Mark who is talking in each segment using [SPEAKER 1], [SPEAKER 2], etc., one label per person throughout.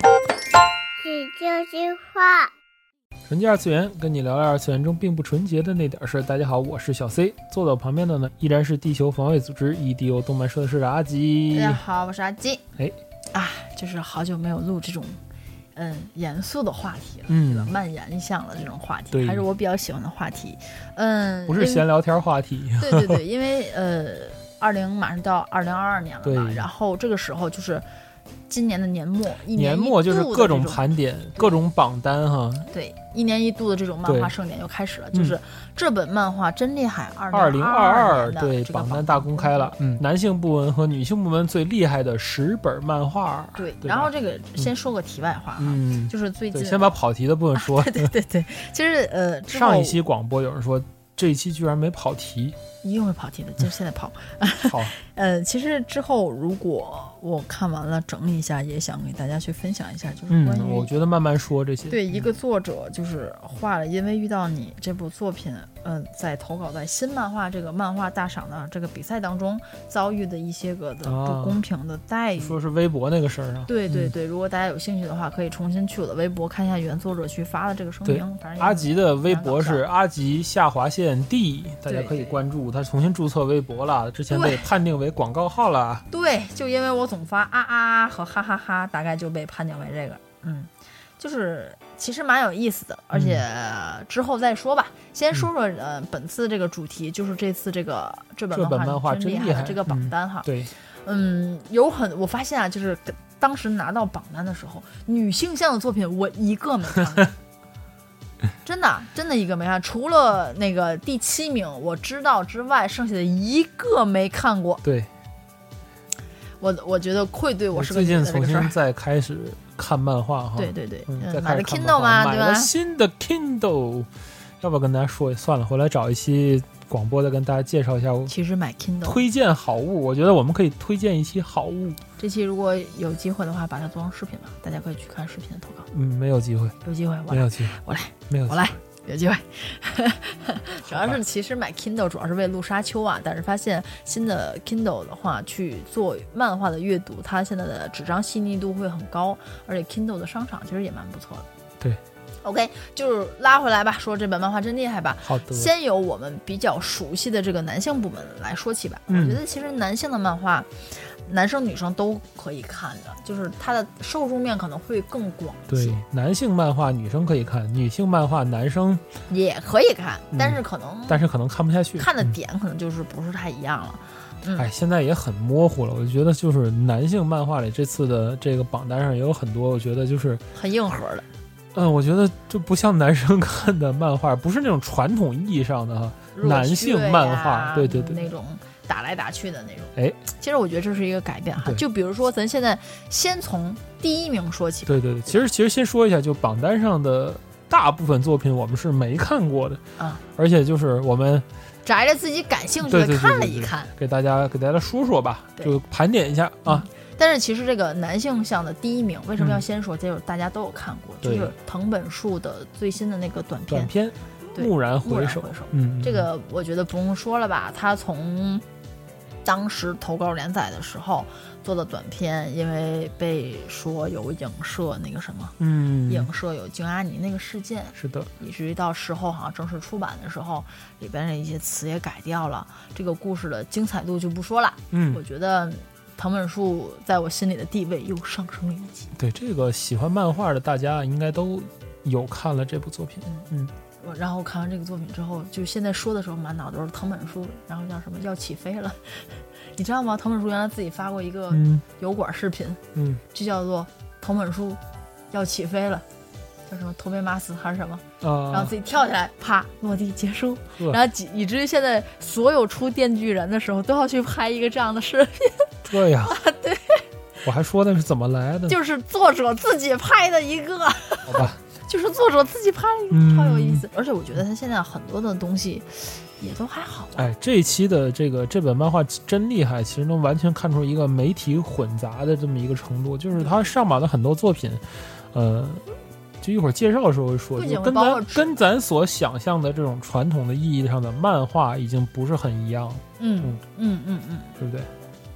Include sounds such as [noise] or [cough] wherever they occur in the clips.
[SPEAKER 1] 喜剧之话，
[SPEAKER 2] 纯洁二次元，跟你聊聊二次元中并不纯洁的那点事儿。大家好，我是小 C，坐在我旁边的呢依然是地球防卫组织 EDO 动漫社的社长阿吉
[SPEAKER 3] 大。家好，我是阿基。
[SPEAKER 2] 哎，
[SPEAKER 3] 啊，就是好久没有录这种嗯严肃的话题了，
[SPEAKER 2] 嗯
[SPEAKER 3] 对吧？蔓延向了这种话
[SPEAKER 2] 对
[SPEAKER 3] 题，还是我比较喜欢的话题。嗯，
[SPEAKER 2] 不是
[SPEAKER 3] 因为
[SPEAKER 2] 闲聊天话题，
[SPEAKER 3] 对对对，因为呃，二零马上到二零二二年了嘛，
[SPEAKER 2] 对
[SPEAKER 3] 然后这个时候就是今年的年末，一
[SPEAKER 2] 年末就是
[SPEAKER 3] 一度的
[SPEAKER 2] 各种
[SPEAKER 3] 这
[SPEAKER 2] 盘点、各种榜单哈。
[SPEAKER 3] 对一年一度的这种漫
[SPEAKER 2] 对嗯
[SPEAKER 3] 画盛典又开始了，就是这本漫画真厉害，
[SPEAKER 2] 二
[SPEAKER 3] 二
[SPEAKER 2] 零二
[SPEAKER 3] 二
[SPEAKER 2] 二
[SPEAKER 3] 年的
[SPEAKER 2] 对
[SPEAKER 3] 这个
[SPEAKER 2] 榜单大公开了，嗯，男性部门和女性部门最厉害的十本漫画。
[SPEAKER 3] 对，
[SPEAKER 2] 对吧
[SPEAKER 3] 然后这个先说个题外话啊，
[SPEAKER 2] 嗯，
[SPEAKER 3] 就是最
[SPEAKER 2] 对，
[SPEAKER 3] 近
[SPEAKER 2] 先把跑题的部分
[SPEAKER 3] [laughs]
[SPEAKER 2] 说。
[SPEAKER 3] 对对对，就是呃，之后
[SPEAKER 2] 上一期广播有人说这一期居然没跑题，
[SPEAKER 3] 一定会跑题的，就是现在跑。 [laughs]
[SPEAKER 2] 好，
[SPEAKER 3] 呃，其实之后如果我看完了整理一下，也想给大家去分享一下，就是关
[SPEAKER 2] 嗯，
[SPEAKER 3] 于、
[SPEAKER 2] 我觉得慢嗯慢说这些。
[SPEAKER 3] 对一个作者就是画了，因为遇到你这部作品，呃，在投稿在新漫画这个漫画大赏的这个比赛当中遭遇的一些个的
[SPEAKER 2] 啊
[SPEAKER 3] 不公平的待遇。
[SPEAKER 2] 说是微博那个事儿啊。
[SPEAKER 3] 对对
[SPEAKER 2] 嗯
[SPEAKER 3] 对，如果大家有兴趣的话，可以重新去我的微博看一下原作者去发的这个声
[SPEAKER 2] 对
[SPEAKER 3] 明。反正也
[SPEAKER 2] 阿
[SPEAKER 3] 很
[SPEAKER 2] 吉的微博是
[SPEAKER 3] 嗯
[SPEAKER 2] 阿吉下划线 D，大家
[SPEAKER 3] 对
[SPEAKER 2] 可以
[SPEAKER 3] 对
[SPEAKER 2] 关注。他重新注册微博了，之前
[SPEAKER 3] 对啊
[SPEAKER 2] 被判定为广告号了。
[SPEAKER 3] 对，就因为我总发啊啊啊和哈哈哈，大概就被判定为这个。嗯，就是其实蛮有意思的，而且、之后再说吧。先说说呃本次这个主题，就是这次这个这
[SPEAKER 2] 嗯
[SPEAKER 3] 本
[SPEAKER 2] 这本漫
[SPEAKER 3] 漫
[SPEAKER 2] 画
[SPEAKER 3] 真
[SPEAKER 2] 真
[SPEAKER 3] 厉
[SPEAKER 2] 厉
[SPEAKER 3] 的
[SPEAKER 2] 害
[SPEAKER 3] 这个榜
[SPEAKER 2] 嗯
[SPEAKER 3] 单哈。
[SPEAKER 2] 对，
[SPEAKER 3] 嗯，有很我发现啊，就是当时拿到榜单的时候，女性向的作品我一个没看
[SPEAKER 2] [laughs]
[SPEAKER 3] 过。真的，真的一个没看，除了那个第七名我知道之外，剩下的一个没看过。
[SPEAKER 2] 对，
[SPEAKER 3] 我我觉得愧对我是个
[SPEAKER 2] 最
[SPEAKER 3] 女
[SPEAKER 2] 近
[SPEAKER 3] 的这
[SPEAKER 2] 重
[SPEAKER 3] 个事
[SPEAKER 2] 新
[SPEAKER 3] 儿。
[SPEAKER 2] 再开始看漫画哈。
[SPEAKER 3] 对对对，
[SPEAKER 2] 嗯，
[SPEAKER 3] 嗯
[SPEAKER 2] 再
[SPEAKER 3] 买
[SPEAKER 2] 开
[SPEAKER 3] 了
[SPEAKER 2] 始看漫
[SPEAKER 3] Kindle
[SPEAKER 2] 画
[SPEAKER 3] 嘛，对
[SPEAKER 2] 买了
[SPEAKER 3] 吧？
[SPEAKER 2] 新的 Kindle，要不要跟大家说一算了，回来找一期广播再跟大家介绍一下我
[SPEAKER 3] 其实买 Kindle
[SPEAKER 2] 推荐好物。我觉得我们可以推荐一期好物。
[SPEAKER 3] 这期如果有机会的话，把它做成视频吧，大家可以去看视频的投稿。
[SPEAKER 2] 嗯，没有机会，
[SPEAKER 3] 有机会，我
[SPEAKER 2] 没
[SPEAKER 3] 来，
[SPEAKER 2] 有机会，
[SPEAKER 3] 我来，
[SPEAKER 2] 没有机
[SPEAKER 3] 我
[SPEAKER 2] 会。
[SPEAKER 3] 来，有机会。 [laughs] 主
[SPEAKER 2] 好
[SPEAKER 3] 要
[SPEAKER 2] 吧
[SPEAKER 3] 是其实买 Kindle 主要是为录沙丘啊，但是发现新的 Kindle 的话，去做漫画的阅读，它现在的纸张细腻度会很高，而且 Kindle 的商场其实也蛮不错的。
[SPEAKER 2] 对
[SPEAKER 3] ，OK，就是拉回来吧，说这本漫画真厉害吧。
[SPEAKER 2] 好的，
[SPEAKER 3] 先由我们比较熟悉的这个男性部门来说起吧。
[SPEAKER 2] 嗯
[SPEAKER 3] 我觉得其实男性的漫画，男生女生都可以看的，就是它的受众面可能会更广一
[SPEAKER 2] 对
[SPEAKER 3] 些，
[SPEAKER 2] 男性漫画女生可以看，女性漫画男生，
[SPEAKER 3] 也可以看
[SPEAKER 2] 嗯，
[SPEAKER 3] 但是可能
[SPEAKER 2] 但是可能看不下去。
[SPEAKER 3] 看的
[SPEAKER 2] 嗯
[SPEAKER 3] 点可能就是不是太一样了。
[SPEAKER 2] 哎，现在也很模糊了。我觉得就是男性漫画里这次的这个榜单上也有很多，我觉得就是，
[SPEAKER 3] 很硬核的，
[SPEAKER 2] 嗯，我觉得就不像男生看的漫画，不是那种传统意义上的哈。
[SPEAKER 3] 热血
[SPEAKER 2] 男性漫画
[SPEAKER 3] 呀
[SPEAKER 2] 对对对
[SPEAKER 3] 啊那种打来打去的那种。
[SPEAKER 2] 哎，
[SPEAKER 3] 其实我觉得这是一个改变哈
[SPEAKER 2] 对。
[SPEAKER 3] 就比如说，咱现在先从第一名说起吧。
[SPEAKER 2] 对对对，其实其实先说一下，就榜单上的大部分作品我们是没看过的
[SPEAKER 3] 啊，
[SPEAKER 2] 而且就是我们
[SPEAKER 3] 宅着自己感兴趣
[SPEAKER 2] 对
[SPEAKER 3] 的
[SPEAKER 2] 对对
[SPEAKER 3] 看了
[SPEAKER 2] 对对
[SPEAKER 3] 一看，
[SPEAKER 2] 给大家给大家说说吧，
[SPEAKER 3] 对
[SPEAKER 2] 就盘点一下啊。
[SPEAKER 3] 但是其实这个男性向的第一名为什么
[SPEAKER 2] 嗯
[SPEAKER 3] 要先说？这就是大家都有看过，就
[SPEAKER 2] 对
[SPEAKER 3] 是藤本树的最新的那个短
[SPEAKER 2] 短
[SPEAKER 3] 片
[SPEAKER 2] 片《
[SPEAKER 3] 对
[SPEAKER 2] 蓦然
[SPEAKER 3] 《蓦
[SPEAKER 2] 回
[SPEAKER 3] 然
[SPEAKER 2] 首》，
[SPEAKER 3] 回首》。
[SPEAKER 2] 嗯，
[SPEAKER 3] 这个我觉得不用说了吧，他从当时投稿连载的时候做的短片，因为被说有影射那个什么，
[SPEAKER 2] 嗯，
[SPEAKER 3] 影射有京阿尼那个事件，
[SPEAKER 2] 是的，
[SPEAKER 3] 以至于到时候好像正式出版的时候，里边的一些词也改掉了。这个故事的精彩度就不说了，我
[SPEAKER 2] 嗯，
[SPEAKER 3] 觉得藤本树在我心里的地位又上升了一级。
[SPEAKER 2] 对，这个喜欢漫画的大家应该都有看了这部作品。
[SPEAKER 3] 我然后看完这个作品之后，就现在说的时候，满脑都是藤本树，然后叫什么要起飞了， [laughs] 你知道吗？藤本树原来自己发过一个
[SPEAKER 2] 嗯
[SPEAKER 3] 油管视频，
[SPEAKER 2] 嗯，
[SPEAKER 3] 就叫做藤本树要起飞了。叫什么头被马死还是什么，然后
[SPEAKER 2] 啊
[SPEAKER 3] 自，己跳下来，啪落地结束，
[SPEAKER 2] 呵
[SPEAKER 3] 然后几以至于现在所有出电锯人的时候都要去拍一个这样的视频，
[SPEAKER 2] 这
[SPEAKER 3] [laughs]
[SPEAKER 2] 样，对，我还说那是怎么来的呢，
[SPEAKER 3] 就是作者自己拍的一个，
[SPEAKER 2] 嗯好吧？
[SPEAKER 3] [laughs] 就是作者自己拍了一
[SPEAKER 2] 嗯
[SPEAKER 3] 个，超有意思。而且我觉得他现在很多的东西也都还好吧。
[SPEAKER 2] 哎，这一期的这个这本漫画真厉害，其实能完全看出一个媒体混杂的这么一个程度，就是它上榜的很多作品，呃。就一会儿介绍的时候会说，
[SPEAKER 3] 不
[SPEAKER 2] 就
[SPEAKER 3] 仅
[SPEAKER 2] 跟
[SPEAKER 3] 包括
[SPEAKER 2] 咱
[SPEAKER 3] 纸
[SPEAKER 2] 跟咱所想象的这种传统的意义上的漫画已经不是很一样了，
[SPEAKER 3] 嗯嗯嗯嗯，
[SPEAKER 2] 对不对？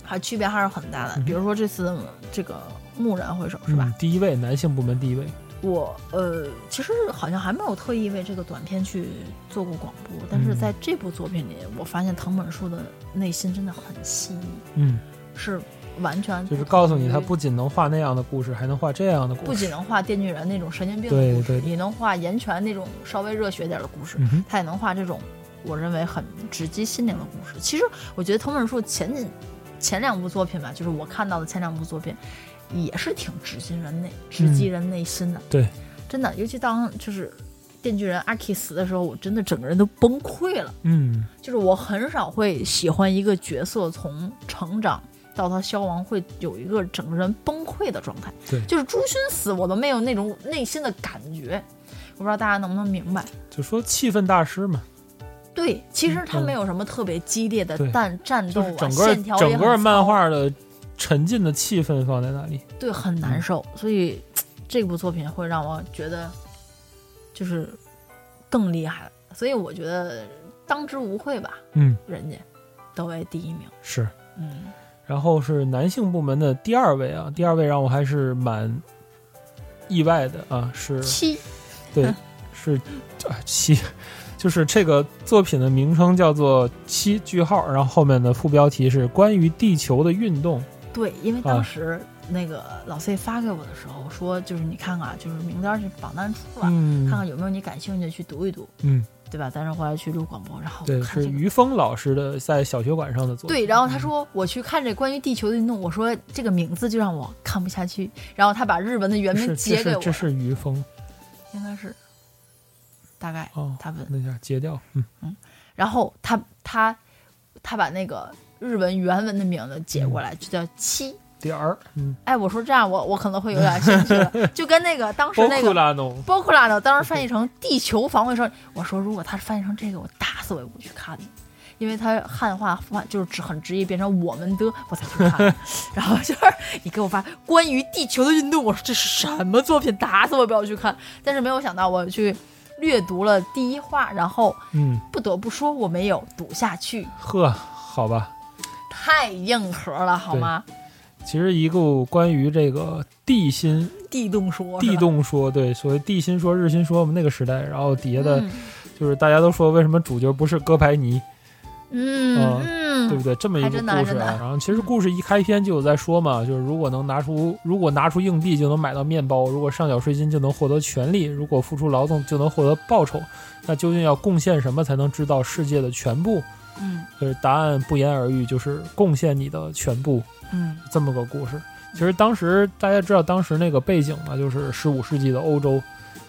[SPEAKER 3] 还区别还是很大的。比如说这次这个蓦然回首是吧？
[SPEAKER 2] 嗯，第一位男性部门第一位，
[SPEAKER 3] 我呃，其实好像还没有特意为这个短片去做过广播，但是
[SPEAKER 2] 嗯
[SPEAKER 3] 在这部作品里，我发现藤本树的内心真的很细腻，
[SPEAKER 2] 嗯，
[SPEAKER 3] 是完全
[SPEAKER 2] 就是
[SPEAKER 3] 同
[SPEAKER 2] 告诉你
[SPEAKER 3] 于
[SPEAKER 2] 他不仅能画那样的故事，还能画这样的故事，
[SPEAKER 3] 不仅能画电锯人那种神经病
[SPEAKER 2] 对
[SPEAKER 3] 的故事，
[SPEAKER 2] 对
[SPEAKER 3] 也能画岩泉那种稍微热血点的故事，
[SPEAKER 2] 嗯哼
[SPEAKER 3] 他也能画这种我认为很直击心灵的故事。其实我觉得藤本树前几前两部作品吧，就是我看到的前两部作品，也是挺直击人内直击人内心的。
[SPEAKER 2] 对，
[SPEAKER 3] 真的，尤其当就是电锯人阿 K 死的时候，我真的整个人都崩溃了。
[SPEAKER 2] 嗯
[SPEAKER 3] 就是我很少会喜欢一个角色从成长到他消亡会有一个整个人崩溃的状态。
[SPEAKER 2] 对
[SPEAKER 3] 就是朱勋死我都没有那种内心的感觉，我不知道大家能不能明白。
[SPEAKER 2] 就说气氛大师嘛，
[SPEAKER 3] 对，其实他
[SPEAKER 2] 嗯
[SPEAKER 3] 没有什么特别激烈的
[SPEAKER 2] 对
[SPEAKER 3] 战战斗
[SPEAKER 2] 就是
[SPEAKER 3] 啊，
[SPEAKER 2] 整个
[SPEAKER 3] 线条也
[SPEAKER 2] 整
[SPEAKER 3] 很
[SPEAKER 2] 个
[SPEAKER 3] 糙
[SPEAKER 2] 漫画的沉浸的气氛放在那里，
[SPEAKER 3] 对很难受，
[SPEAKER 2] 嗯
[SPEAKER 3] 所以嘖这部作品会让我觉得就是更厉害了。所以我觉得当之无愧吧，
[SPEAKER 2] 嗯，
[SPEAKER 3] 人家得为第一名。
[SPEAKER 2] 是。
[SPEAKER 3] 嗯，
[SPEAKER 2] 然后是男性部门的第二位啊，第二位让我还是蛮意外的啊，
[SPEAKER 3] [laughs]
[SPEAKER 2] 是
[SPEAKER 3] 七
[SPEAKER 2] 对，是啊七，就是这个作品的名称叫做七句号，然后后面的副标题是关于地球的运动，
[SPEAKER 3] 对，因为
[SPEAKER 2] 啊
[SPEAKER 3] 当时那个老 C 发给我的时候说，就是你看看啊，就是名单儿是榜单出了，看
[SPEAKER 2] 嗯
[SPEAKER 3] 看有没有你感兴趣去读一读，
[SPEAKER 2] 嗯，
[SPEAKER 3] 对吧？但是后来去录广播，然后
[SPEAKER 2] 对，
[SPEAKER 3] 我哦看
[SPEAKER 2] 是
[SPEAKER 3] 这个。
[SPEAKER 2] 于峰老师的在小学馆上的作品，嗯
[SPEAKER 3] 对，然后他说我去看这关于地球的运动，我说这个名字就让我看不下去。然后他把日文的原
[SPEAKER 2] 这
[SPEAKER 3] 名
[SPEAKER 2] 是
[SPEAKER 3] 截
[SPEAKER 2] 这
[SPEAKER 3] 给
[SPEAKER 2] 是
[SPEAKER 3] 我
[SPEAKER 2] 这，是于峰
[SPEAKER 3] 应该是大概
[SPEAKER 2] 哦，
[SPEAKER 3] 他问。
[SPEAKER 2] 那叫截掉，嗯
[SPEAKER 3] 然后他他他把那个日文原文的名字截
[SPEAKER 2] 嗯
[SPEAKER 3] 过来，就叫七。
[SPEAKER 2] 点儿，嗯，
[SPEAKER 3] 哎，我说这样我我可能会有点兴趣了，
[SPEAKER 2] [laughs]
[SPEAKER 3] 就跟那个当时
[SPEAKER 2] 包
[SPEAKER 3] 那
[SPEAKER 2] 库
[SPEAKER 3] 个
[SPEAKER 2] 拉农，
[SPEAKER 3] 包括拉的，当时翻译成地球防卫说，我说如果他翻译成这个，我打死我也不去看的，因为他汉化翻就是只很直译变成我们的，我才去看的。然后就是你给我发关于地球的运动，我说这是什么作品，打死我也不要去看。但是没有想到我去略读了第一话，然后
[SPEAKER 2] 嗯，
[SPEAKER 3] 不得不说我没有读下去，
[SPEAKER 2] 呵，好吧，
[SPEAKER 3] 太硬核了，好吗？
[SPEAKER 2] 其实一个关于这个地心
[SPEAKER 3] 地动说，
[SPEAKER 2] 地
[SPEAKER 3] 是吧
[SPEAKER 2] 动说，对，所谓地心说、日心说，我们那个时代，然后底下的
[SPEAKER 3] 嗯
[SPEAKER 2] 就是大家都说为什么主角不是哥白尼，
[SPEAKER 3] 嗯
[SPEAKER 2] 呃
[SPEAKER 3] 嗯，
[SPEAKER 2] 对不对？这么一
[SPEAKER 3] 还
[SPEAKER 2] 个
[SPEAKER 3] 真的还
[SPEAKER 2] 故事
[SPEAKER 3] 真
[SPEAKER 2] 啊。
[SPEAKER 3] 的
[SPEAKER 2] 然后其实故事一开篇就有在说嘛，就是如果能拿出如果拿出硬币就能买到面包，如果上缴税金就能获得权利，如果付出劳动就能获得报酬，那究竟要贡献什么才能知道世界的全部？
[SPEAKER 3] 嗯
[SPEAKER 2] 就是答案不言而喻，就是贡献你的全部。
[SPEAKER 3] 嗯
[SPEAKER 2] 这么个故事。其实当时大家知道当时那个背景嘛，就是十五世纪的欧洲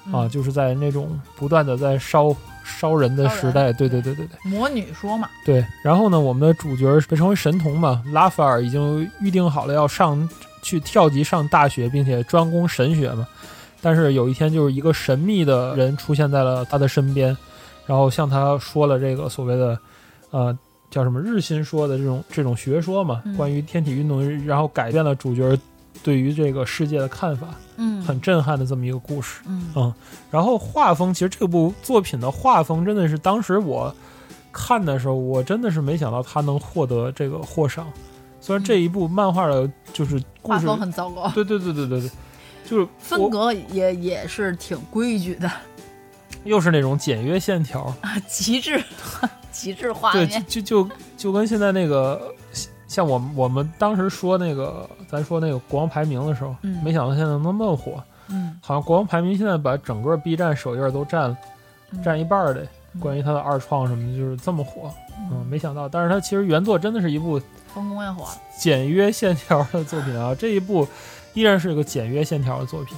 [SPEAKER 2] 啊，
[SPEAKER 3] 嗯
[SPEAKER 2] 就是在那种不断的在烧烧人的时代，
[SPEAKER 3] 烧
[SPEAKER 2] 对对对
[SPEAKER 3] 人
[SPEAKER 2] 对对
[SPEAKER 3] 魔女说嘛，
[SPEAKER 2] 对。然后呢，我们的主角被称为神童嘛，拉斐尔已经预定好了要上去跳级上大学，并且专攻神学嘛。但是有一天，就是一个神秘的人出现在了他的身边，然后向他说了这个所谓的，呃，叫什么日心说的这种这种学说嘛，
[SPEAKER 3] 嗯
[SPEAKER 2] 关于天体运动，然后改变了主角对于这个世界的看法，
[SPEAKER 3] 嗯，
[SPEAKER 2] 很震撼的这么一个故事。
[SPEAKER 3] 嗯
[SPEAKER 2] 然后画风，其实这部作品的画风真的是当时我看的时候，我真的是没想到他能获得这个获赏。虽然这一部漫画的就是故
[SPEAKER 3] 画
[SPEAKER 2] 事，
[SPEAKER 3] 风很糟糕，
[SPEAKER 2] 对对对对对对，就是
[SPEAKER 3] 风
[SPEAKER 2] 我
[SPEAKER 3] 格也也是挺规矩的，
[SPEAKER 2] 又是那种简约线条，
[SPEAKER 3] 极致 [laughs] 极致画
[SPEAKER 2] 对，
[SPEAKER 3] 面，
[SPEAKER 2] 就就就就跟现在那个，像我们我们当时说那个，咱说那个国王排名的时候，
[SPEAKER 3] 嗯
[SPEAKER 2] 没想到现在能那么火，
[SPEAKER 3] 嗯，
[SPEAKER 2] 好像国王排名现在把整个 B 站首页都占
[SPEAKER 3] 嗯
[SPEAKER 2] 占一半儿的，
[SPEAKER 3] 嗯
[SPEAKER 2] 关于它的二创什么的，就是这么火，嗯，
[SPEAKER 3] 嗯
[SPEAKER 2] 没想到，但是它其实原作真的是一部
[SPEAKER 3] 风工业火了，
[SPEAKER 2] 简约线条的作品啊，这一部依然是个简约线条的作品，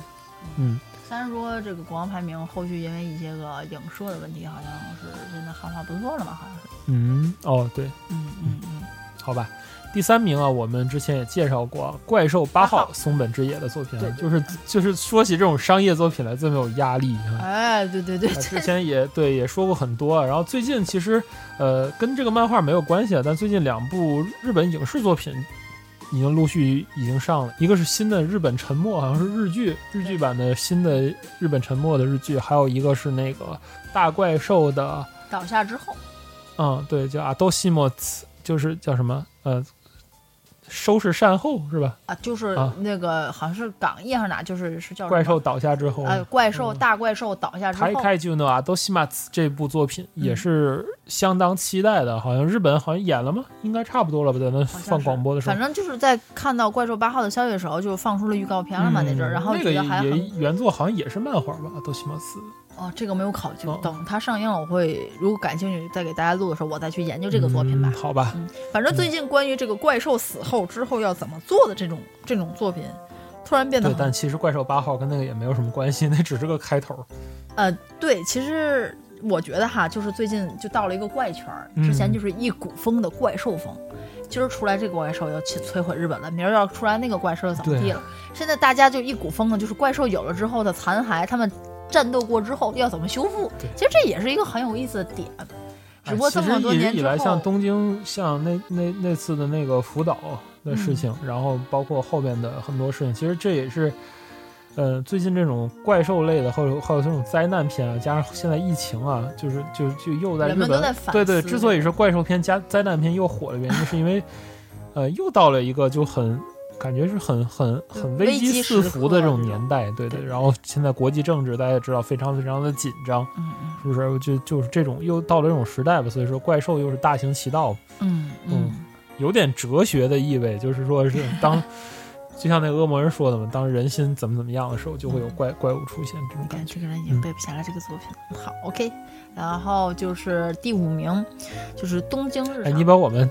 [SPEAKER 2] 嗯，
[SPEAKER 3] 虽然说这个国王排名后续因为一些个影射的问题，好像是现在汉化不做了嘛，好像是，
[SPEAKER 2] 嗯，哦，对，
[SPEAKER 3] 嗯嗯嗯，
[SPEAKER 2] 好吧。第三名啊，我们之前也介绍过啊《怪兽八
[SPEAKER 3] 八
[SPEAKER 2] 号
[SPEAKER 3] 号》
[SPEAKER 2] 松本之野的作品、啊，
[SPEAKER 3] 对对
[SPEAKER 2] 就是就是说起这种商业作品来最没有压力啊。
[SPEAKER 3] 哎，对对对 [laughs]
[SPEAKER 2] 啊之
[SPEAKER 3] 对，
[SPEAKER 2] 前也对也说过很多啊，然后最近其实呃跟这个漫画没有关系啊，但最近两部日本影视作品已经陆续已经上了，一个是新的日本沉默，好像是日剧日剧版的新的日本沉默的日剧，还有一个是那个大怪兽的
[SPEAKER 3] 倒下之后，
[SPEAKER 2] 嗯，对，叫阿多西莫茨，就是叫什么呃，收拾善后是吧？
[SPEAKER 3] 啊，就是
[SPEAKER 2] 啊
[SPEAKER 3] 那个好像是港译还是哪，就是是叫什么
[SPEAKER 2] 怪兽倒下之后，
[SPEAKER 3] 呃，怪兽
[SPEAKER 2] 嗯
[SPEAKER 3] 大怪兽倒下之
[SPEAKER 2] 台
[SPEAKER 3] 后，嗯
[SPEAKER 2] 开就诺啊，都西马茨这部作品也是相当期待的，好像日本好像演了吗？应该差不多了吧？咱们
[SPEAKER 3] 好像
[SPEAKER 2] 放
[SPEAKER 3] 是
[SPEAKER 2] 广播的时候
[SPEAKER 3] 反，正就是在看到怪兽八号的消息的时候，就放出了预告片了嘛那阵儿，
[SPEAKER 2] 嗯
[SPEAKER 3] 然后
[SPEAKER 2] 那个
[SPEAKER 3] 觉得还
[SPEAKER 2] 也
[SPEAKER 3] 很
[SPEAKER 2] 原作好像也是漫画吧？都西马茨，
[SPEAKER 3] 哦，这个没有考究
[SPEAKER 2] 哦。
[SPEAKER 3] 等它上映了，我会如果感兴趣，再给大家录的时候，我再去研究这个作品吧
[SPEAKER 2] 嗯。好吧，
[SPEAKER 3] 反正最近关于这个怪兽死后之后要怎么做的这种这种作品，突然变得
[SPEAKER 2] 对，
[SPEAKER 3] 很
[SPEAKER 2] 但其实怪兽八号跟那个也没有什么关系， [laughs] 那只是个开头。
[SPEAKER 3] 呃，对，其实我觉得哈，就是最近就到了一个怪圈儿，之前
[SPEAKER 2] 嗯
[SPEAKER 3] 就是一股风的怪兽风，今儿出来这个怪兽要去摧毁日本了，明儿要出来那个怪兽又怎么
[SPEAKER 2] 对
[SPEAKER 3] 地了？现在大家就一股风呢，就是怪兽有了之后的残骸，他们战斗过之后要怎么修复
[SPEAKER 2] 对？
[SPEAKER 3] 其实这也是一个很有意思的点，只
[SPEAKER 2] 哎
[SPEAKER 3] 不过
[SPEAKER 2] 其
[SPEAKER 3] 这
[SPEAKER 2] 实
[SPEAKER 3] 么多
[SPEAKER 2] 一直
[SPEAKER 3] 年
[SPEAKER 2] 以
[SPEAKER 3] 之
[SPEAKER 2] 来，像
[SPEAKER 3] 后，
[SPEAKER 2] 东京，像那那那次的那个福岛的
[SPEAKER 3] 嗯
[SPEAKER 2] 事情，然后包括后面的很多事情，其实这也是，呃，最近这种怪兽类的，或者还有这种灾难片啊，加上现在疫情啊，就是就就又在
[SPEAKER 3] 人
[SPEAKER 2] 日
[SPEAKER 3] 们都
[SPEAKER 2] 本，
[SPEAKER 3] 在反
[SPEAKER 2] 对对，
[SPEAKER 3] 思
[SPEAKER 2] 之所以
[SPEAKER 3] 这
[SPEAKER 2] 说怪兽片加灾难片又火的原因，是因为，呃，又到了一个就很。感觉是很很
[SPEAKER 3] 就
[SPEAKER 2] 很
[SPEAKER 3] 危
[SPEAKER 2] 危
[SPEAKER 3] 机
[SPEAKER 2] 机
[SPEAKER 3] 时
[SPEAKER 2] 四伏的这
[SPEAKER 3] 刻
[SPEAKER 2] 种
[SPEAKER 3] 这
[SPEAKER 2] 年
[SPEAKER 3] 种
[SPEAKER 2] 代，对对。
[SPEAKER 3] 对
[SPEAKER 2] 然后现在国际政治大家也知道非常非常的紧张，
[SPEAKER 3] 嗯嗯
[SPEAKER 2] 是不是？就就是这种又到了这种时代吧，所以说怪兽又是大行其道，
[SPEAKER 3] 嗯嗯
[SPEAKER 2] 嗯，有点哲学的意味，就是说
[SPEAKER 3] [laughs]
[SPEAKER 2] 是当，就像那个恶魔人说的嘛，当人心怎么怎么样的时候，就会有
[SPEAKER 3] 嗯
[SPEAKER 2] 怪怪物出现这种
[SPEAKER 3] 你
[SPEAKER 2] 感
[SPEAKER 3] 看
[SPEAKER 2] 觉。
[SPEAKER 3] 这个人已经背不下来这个作品了。好，OK，然后就是第五名，就是东京日
[SPEAKER 2] 哎，
[SPEAKER 3] 常。
[SPEAKER 2] 你把我们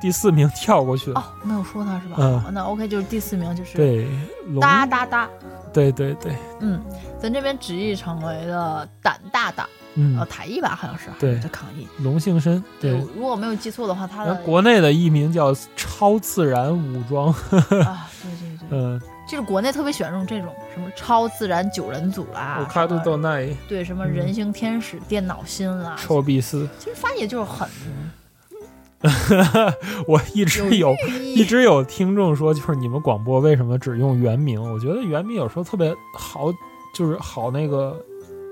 [SPEAKER 2] 第四名 [laughs] 跳过去了，
[SPEAKER 3] 哦，没有说他是吧？
[SPEAKER 2] 嗯
[SPEAKER 3] 好那 OK 就是第四名就是
[SPEAKER 2] 对，龙，
[SPEAKER 3] 哒哒哒，
[SPEAKER 2] 对对对，
[SPEAKER 3] 嗯，咱这边直译成为了胆大党，呃，
[SPEAKER 2] 嗯，
[SPEAKER 3] 台译吧好像是，
[SPEAKER 2] 对
[SPEAKER 3] 这抗议。
[SPEAKER 2] 龙姓申，对。
[SPEAKER 3] 如果我没有记错的话，他
[SPEAKER 2] 然
[SPEAKER 3] 的
[SPEAKER 2] 后国内的译名叫《超自然武装》，
[SPEAKER 3] 啊，对对对，
[SPEAKER 2] 嗯，
[SPEAKER 3] 就是国内特别喜欢用这种什么超自然九人组
[SPEAKER 2] 我
[SPEAKER 3] 啦，
[SPEAKER 2] 卡杜
[SPEAKER 3] 什么
[SPEAKER 2] 多奈、
[SPEAKER 3] 对什么
[SPEAKER 2] 嗯
[SPEAKER 3] 人形天使、电脑心啦，
[SPEAKER 2] 臭比斯， [laughs]
[SPEAKER 3] 其实翻译就是很
[SPEAKER 2] 我一直有
[SPEAKER 3] 寓意
[SPEAKER 2] 一直有听众说，就是你们广播为什么只用原名？我觉得原名有时候特别好，就是好那个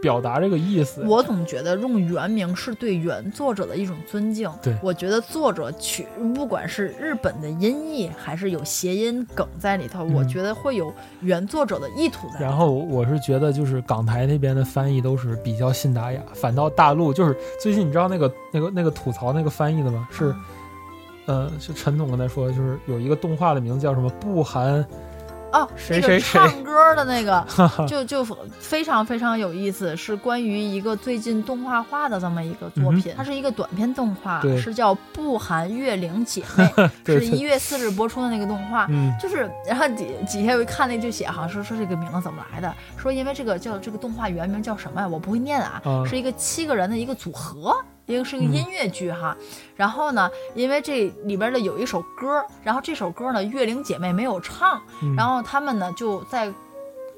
[SPEAKER 2] 表达这个意思。
[SPEAKER 3] 我总觉得用原名是对原作者的一种尊敬。
[SPEAKER 2] 对
[SPEAKER 3] 我觉得作者取不管是日本的音译，还是有谐音梗在里头，
[SPEAKER 2] 嗯
[SPEAKER 3] 我觉得会有原作者的意图在。
[SPEAKER 2] 然后我是觉得，就是港台那边的翻译都是比较信达雅，反倒大陆就是最近你知道那个那个那个吐槽那个翻译的吗？
[SPEAKER 3] 嗯
[SPEAKER 2] 是，呃，是陈总跟他说，就是有一个动画的名字叫什么不含，
[SPEAKER 3] 哦，
[SPEAKER 2] 谁
[SPEAKER 3] 那个
[SPEAKER 2] 谁谁，
[SPEAKER 3] 唱歌的那个
[SPEAKER 2] 哈哈，
[SPEAKER 3] 就就非常非常有意思，是关于一个最近动画化的这么一个作
[SPEAKER 2] 嗯
[SPEAKER 3] 品，它是一个短片动画，
[SPEAKER 2] 对，
[SPEAKER 3] 是叫《不寒月玲姐妹》
[SPEAKER 2] [laughs] 对
[SPEAKER 3] 是
[SPEAKER 2] 对
[SPEAKER 3] 一月四日播出的那个动画。
[SPEAKER 2] 嗯，
[SPEAKER 3] 就是，然后底底下有一看那就写，好像说说这个名字怎么来的，说因为这个叫这个动画原名叫什么呀？我不会念啊，
[SPEAKER 2] 啊
[SPEAKER 3] 是一个七个人的一个组合，一个是一个
[SPEAKER 2] 嗯
[SPEAKER 3] 音乐剧哈。然后呢，因为这里边的有一首歌，然后这首歌呢，月玲姐妹没有唱，
[SPEAKER 2] 嗯
[SPEAKER 3] 然后他们呢就在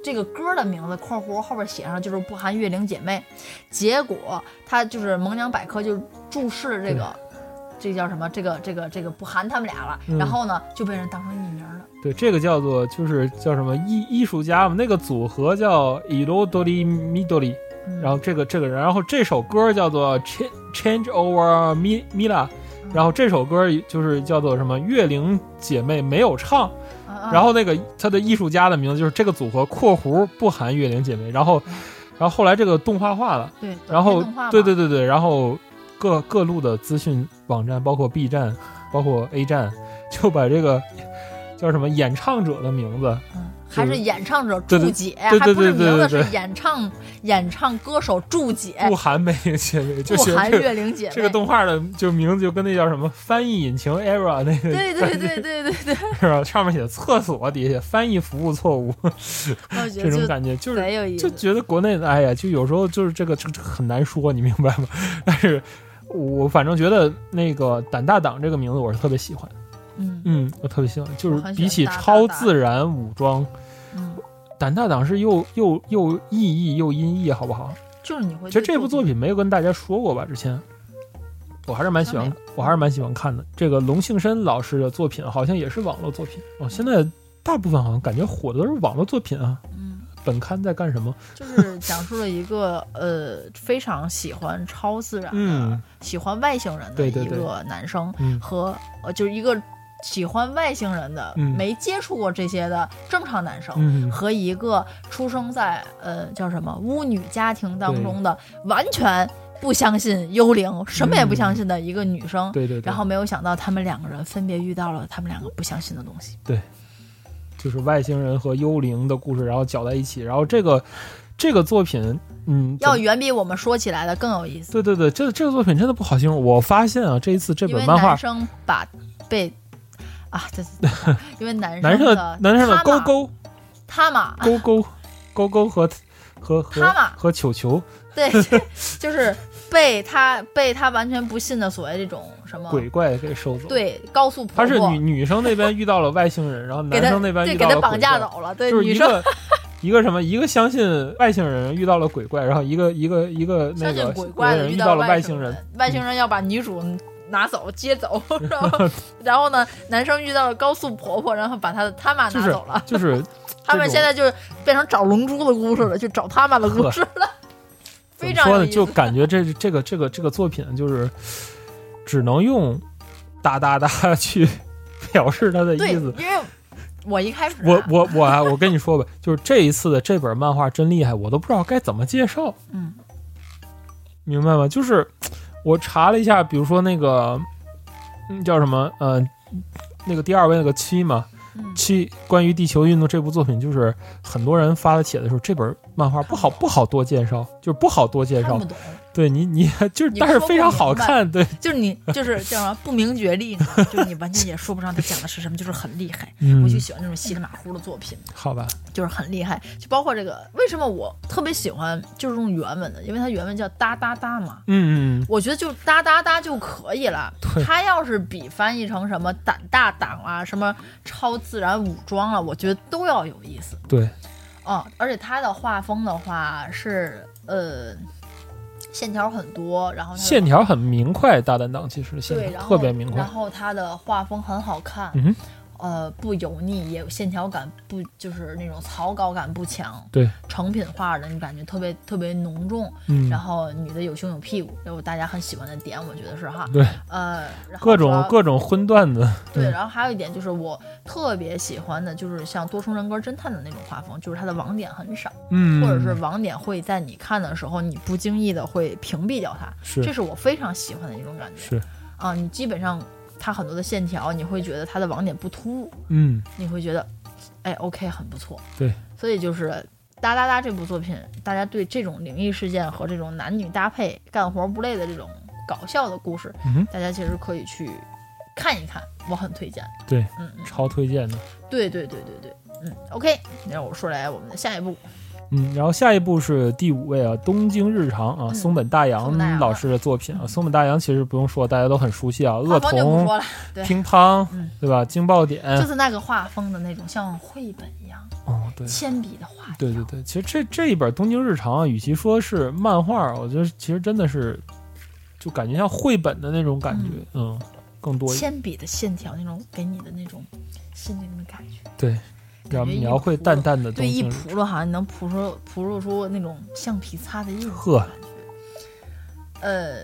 [SPEAKER 3] 这个歌的名字（括弧后边写上就是不含月玲姐妹），结果他就是萌娘百科就注释了这个，这叫什么？这个这个这个不含他们俩了，
[SPEAKER 2] 嗯
[SPEAKER 3] 然后呢就被人当成艺名了。
[SPEAKER 2] 对这个叫做就是叫什么艺艺术家嘛，那个组合叫 i r o d o r i Midori。
[SPEAKER 3] 嗯、
[SPEAKER 2] 然后这个这个人，然后这首歌叫做《Change Change Over Mi Mila》，然
[SPEAKER 3] 嗯
[SPEAKER 2] 后这首歌就是叫做什么月灵姐妹没有唱，
[SPEAKER 3] 啊，啊
[SPEAKER 2] 然后那个他的艺术家的名字就是这个组合（括弧不含月灵姐妹），然后然后后来这个动画化了，
[SPEAKER 3] 对，
[SPEAKER 2] 然
[SPEAKER 3] 短
[SPEAKER 2] 后
[SPEAKER 3] 片动画嘛嗯
[SPEAKER 2] 对对对对，然后各各路的资讯网站，包括 B 站，包括 A 站，就把这个叫什么演唱者的名字，
[SPEAKER 3] 嗯还是演唱者
[SPEAKER 2] 对对
[SPEAKER 3] 注解，
[SPEAKER 2] 对对
[SPEAKER 3] 还不是
[SPEAKER 2] 对对
[SPEAKER 3] 名字
[SPEAKER 2] 对对
[SPEAKER 3] 是演唱演唱歌手注解，
[SPEAKER 2] 不含月灵姐妹，就
[SPEAKER 3] 哎不
[SPEAKER 2] 写
[SPEAKER 3] 含
[SPEAKER 2] 这个
[SPEAKER 3] 月玲姐妹。
[SPEAKER 2] 这个动画的就名字就跟那叫什么翻译引擎 error 那个
[SPEAKER 3] 对对对对
[SPEAKER 2] [laughs]
[SPEAKER 3] 对对，
[SPEAKER 2] 是吧？上面写厕所，底下写翻译服务错误，
[SPEAKER 3] 我觉
[SPEAKER 2] 这
[SPEAKER 3] 得
[SPEAKER 2] 种
[SPEAKER 3] 就
[SPEAKER 2] 感觉就是
[SPEAKER 3] 贼有意
[SPEAKER 2] 就
[SPEAKER 3] 思。
[SPEAKER 2] 觉得国内的哎呀，就有时候就是这个这个这个很难说，你明白吗？但是我反正觉得那个胆大党这个名字我是特别喜欢，
[SPEAKER 3] 嗯
[SPEAKER 2] 嗯，我特别喜欢，就
[SPEAKER 3] 我
[SPEAKER 2] 是
[SPEAKER 3] 很喜欢
[SPEAKER 2] 比起
[SPEAKER 3] 大大
[SPEAKER 2] 超
[SPEAKER 3] 大
[SPEAKER 2] 自然武装，
[SPEAKER 3] 嗯，
[SPEAKER 2] 胆大党是又又又意义又音译，好不好？
[SPEAKER 3] 就是你会
[SPEAKER 2] 其实
[SPEAKER 3] 对
[SPEAKER 2] 这部作品没有跟大家说过吧？之前，我还是蛮喜
[SPEAKER 3] 好像
[SPEAKER 2] 欢
[SPEAKER 3] 没，
[SPEAKER 2] 我还是蛮喜欢看的。这个龙庆申老师的作品好像也是网络作品哦。现在大部分好像感觉火的都是网络作品啊。
[SPEAKER 3] 嗯。
[SPEAKER 2] 本刊在干什么？
[SPEAKER 3] 就是讲述了一个呃非常喜欢超自然的、
[SPEAKER 2] 嗯
[SPEAKER 3] 喜欢外星人的
[SPEAKER 2] 对对
[SPEAKER 3] 一
[SPEAKER 2] 对
[SPEAKER 3] 个男生
[SPEAKER 2] 嗯
[SPEAKER 3] 和呃就是一个喜欢外星人的，
[SPEAKER 2] 嗯
[SPEAKER 3] 没接触过这些的正常男生，
[SPEAKER 2] 嗯
[SPEAKER 3] 和一个出生在呃叫什么巫女家庭当中的，完全不相信幽灵，什么也不相信的一个女生，
[SPEAKER 2] 对对对，
[SPEAKER 3] 然后没有想到他们两个人分别遇到了他们两个不相信的东西。
[SPEAKER 2] 就是外星人和幽灵的故事，然后搅在一起，然后这个这个作品，嗯，
[SPEAKER 3] 要远比我们说起来的更有意思，
[SPEAKER 2] 对对对，这这个作品真的不好形容。我发现啊，这一次这
[SPEAKER 3] 因为
[SPEAKER 2] 本漫画
[SPEAKER 3] 男，生把被啊，这 [laughs] 因为男
[SPEAKER 2] 男生
[SPEAKER 3] 的
[SPEAKER 2] 的男生的
[SPEAKER 3] 他
[SPEAKER 2] 勾
[SPEAKER 3] 嘛
[SPEAKER 2] 勾
[SPEAKER 3] 他嘛 [laughs]
[SPEAKER 2] 勾勾勾勾和和和
[SPEAKER 3] 他嘛
[SPEAKER 2] 和球球
[SPEAKER 3] 对， [laughs] 就是被他被他完全不信的所谓这种什么
[SPEAKER 2] 鬼怪给收走。，
[SPEAKER 3] 对高速婆
[SPEAKER 2] 他是
[SPEAKER 3] 婆
[SPEAKER 2] 女女生那边遇到了外星人，然后
[SPEAKER 3] 给
[SPEAKER 2] 男
[SPEAKER 3] 他
[SPEAKER 2] 生那边
[SPEAKER 3] 对
[SPEAKER 2] 遇
[SPEAKER 3] 给
[SPEAKER 2] 到
[SPEAKER 3] 他
[SPEAKER 2] 了
[SPEAKER 3] 绑
[SPEAKER 2] 鬼
[SPEAKER 3] 架
[SPEAKER 2] 怪，
[SPEAKER 3] 走了，对
[SPEAKER 2] 就是
[SPEAKER 3] 女
[SPEAKER 2] 一
[SPEAKER 3] 生
[SPEAKER 2] 个。一个什么？一个相信外星人遇到了鬼怪，然后一个一个一个那
[SPEAKER 3] 相信
[SPEAKER 2] 个
[SPEAKER 3] 鬼怪的
[SPEAKER 2] 人遇
[SPEAKER 3] 到
[SPEAKER 2] 到
[SPEAKER 3] 了
[SPEAKER 2] 了外
[SPEAKER 3] 星
[SPEAKER 2] 星人，，嗯
[SPEAKER 3] 外星人要把女主拿走接走，
[SPEAKER 2] [laughs]
[SPEAKER 3] 然后然后呢，男生遇到了高速婆婆，然后把她的他妈
[SPEAKER 2] 就
[SPEAKER 3] 拿
[SPEAKER 2] 是
[SPEAKER 3] 走了。 [laughs]
[SPEAKER 2] 就是
[SPEAKER 3] 他们
[SPEAKER 2] 这种
[SPEAKER 3] 现在就是变成找龙珠的故事了，就找他妈的故事了，
[SPEAKER 2] [laughs] 怎
[SPEAKER 3] 非
[SPEAKER 2] 么
[SPEAKER 3] 常
[SPEAKER 2] 说
[SPEAKER 3] 有
[SPEAKER 2] 呢？
[SPEAKER 3] 意思。
[SPEAKER 2] 就感觉这这个这个这个作品就是只能用哒哒哒 [laughs] 去表示它的
[SPEAKER 3] 对，
[SPEAKER 2] 意思。
[SPEAKER 3] 因为我一开始啊、
[SPEAKER 2] 我我我啊，我跟你说吧，就是这一次的这本漫画真厉害，我都不知道该怎么介绍，
[SPEAKER 3] 嗯
[SPEAKER 2] 明白吗？就是我查了一下，比如说那个嗯叫什么，呃，那个第二位那个七嘛，
[SPEAKER 3] 嗯，
[SPEAKER 2] 七关于地球运动这部作品，就是很多人发了帖的时候，这本漫画不好不好多介绍，就是不好多介
[SPEAKER 3] 看
[SPEAKER 2] 绍
[SPEAKER 3] 不。懂，
[SPEAKER 2] 对你你 [laughs] 就是，
[SPEAKER 3] 你
[SPEAKER 2] 但是
[SPEAKER 3] 说
[SPEAKER 2] 非
[SPEAKER 3] 不
[SPEAKER 2] 常
[SPEAKER 3] 明
[SPEAKER 2] 好
[SPEAKER 3] 白
[SPEAKER 2] 看，对，
[SPEAKER 3] 就是你就是叫什么不明觉厉呢？就是你完全也说不上他讲的是什么，就是很厉害。
[SPEAKER 2] 嗯
[SPEAKER 3] 我就喜欢这种稀里马虎的作品。
[SPEAKER 2] 好吧，
[SPEAKER 3] 就是很厉害，就包括这个，为什么我特别喜欢就是用原文的，因为它原文叫哒哒哒嘛，
[SPEAKER 2] 嗯嗯，
[SPEAKER 3] 我觉得就哒哒哒就可以了。
[SPEAKER 2] 对
[SPEAKER 3] 它要是比翻译成什么胆大党啊，什么超自然武装啊，我觉得都要有意思
[SPEAKER 2] 对，
[SPEAKER 3] 啊、而且它的画风的话是呃线条很多，然后它的
[SPEAKER 2] 线条很明快，大胆党其实线
[SPEAKER 3] 对，
[SPEAKER 2] 条
[SPEAKER 3] 然后
[SPEAKER 2] 特别明快
[SPEAKER 3] 然，后它的画风很好看，
[SPEAKER 2] 嗯哼
[SPEAKER 3] 呃，不油腻，也有线条感不，就是那种草稿感不强。
[SPEAKER 2] 对，
[SPEAKER 3] 成品画的你感觉特别特别浓重，
[SPEAKER 2] 嗯
[SPEAKER 3] 然，后女的有胸有屁股，这是大家很喜欢的点，我觉得是哈。
[SPEAKER 2] 对，
[SPEAKER 3] 呃，然后
[SPEAKER 2] 各
[SPEAKER 3] 主
[SPEAKER 2] 种
[SPEAKER 3] 要
[SPEAKER 2] 各种荤段子，
[SPEAKER 3] [laughs] 对，
[SPEAKER 2] 嗯
[SPEAKER 3] 然后还有一点就是我特别喜欢的，就是像多重人格侦探的那种画风，就是它的网点很少，
[SPEAKER 2] 嗯，
[SPEAKER 3] 或者是网点会在你看的时候，你不经意的会屏蔽掉它，
[SPEAKER 2] 是
[SPEAKER 3] 这是我非常喜欢的一种感觉。
[SPEAKER 2] 是，
[SPEAKER 3] 啊，你基本上它很多的线条，你会觉得它的网点不突兀，
[SPEAKER 2] 嗯，
[SPEAKER 3] 你会觉得，哎，OK，很不错。
[SPEAKER 2] 对，
[SPEAKER 3] 所以就是《哒哒哒》这部作品，大家对这种灵异事件和这种男女搭配、干活不累的这种搞笑的故事，
[SPEAKER 2] 嗯哼
[SPEAKER 3] 大家其实可以去看一看，我很推荐。
[SPEAKER 2] 对，
[SPEAKER 3] 嗯，嗯
[SPEAKER 2] 超推荐的，
[SPEAKER 3] 对对对对对，嗯，OK，那我说来我们的下一部，
[SPEAKER 2] 嗯，然后下一部是第五位啊，《东京日常》啊，
[SPEAKER 3] 嗯
[SPEAKER 2] 松本大
[SPEAKER 3] 松本大洋
[SPEAKER 2] 洋老师的作品啊，松本大洋其实不用说，大家都很熟悉啊，《
[SPEAKER 3] 画
[SPEAKER 2] 恶
[SPEAKER 3] 风就不
[SPEAKER 2] 童嗯
[SPEAKER 3] 说了，》、对
[SPEAKER 2] 《乒乓
[SPEAKER 3] 嗯》，
[SPEAKER 2] 对吧？《惊爆点》，
[SPEAKER 3] 就是那个画风的那种像绘本一样，
[SPEAKER 2] 哦，对。
[SPEAKER 3] 铅笔的画一样。
[SPEAKER 2] 对对对，其实这这一本《东京日常》啊，与其说是漫画儿，我觉得其实真的是，就感觉像绘本的那种感觉，嗯，更多一点。
[SPEAKER 3] 铅笔的线条那种给你的那种心灵的感觉，
[SPEAKER 2] 对，描
[SPEAKER 3] 感觉一
[SPEAKER 2] 描绘
[SPEAKER 3] 扑
[SPEAKER 2] 淡淡的东
[SPEAKER 3] 对，一
[SPEAKER 2] 京日，
[SPEAKER 3] 扑噜好像能扑出扑噜出那种橡皮擦的印子
[SPEAKER 2] 呵
[SPEAKER 3] 感觉。呃，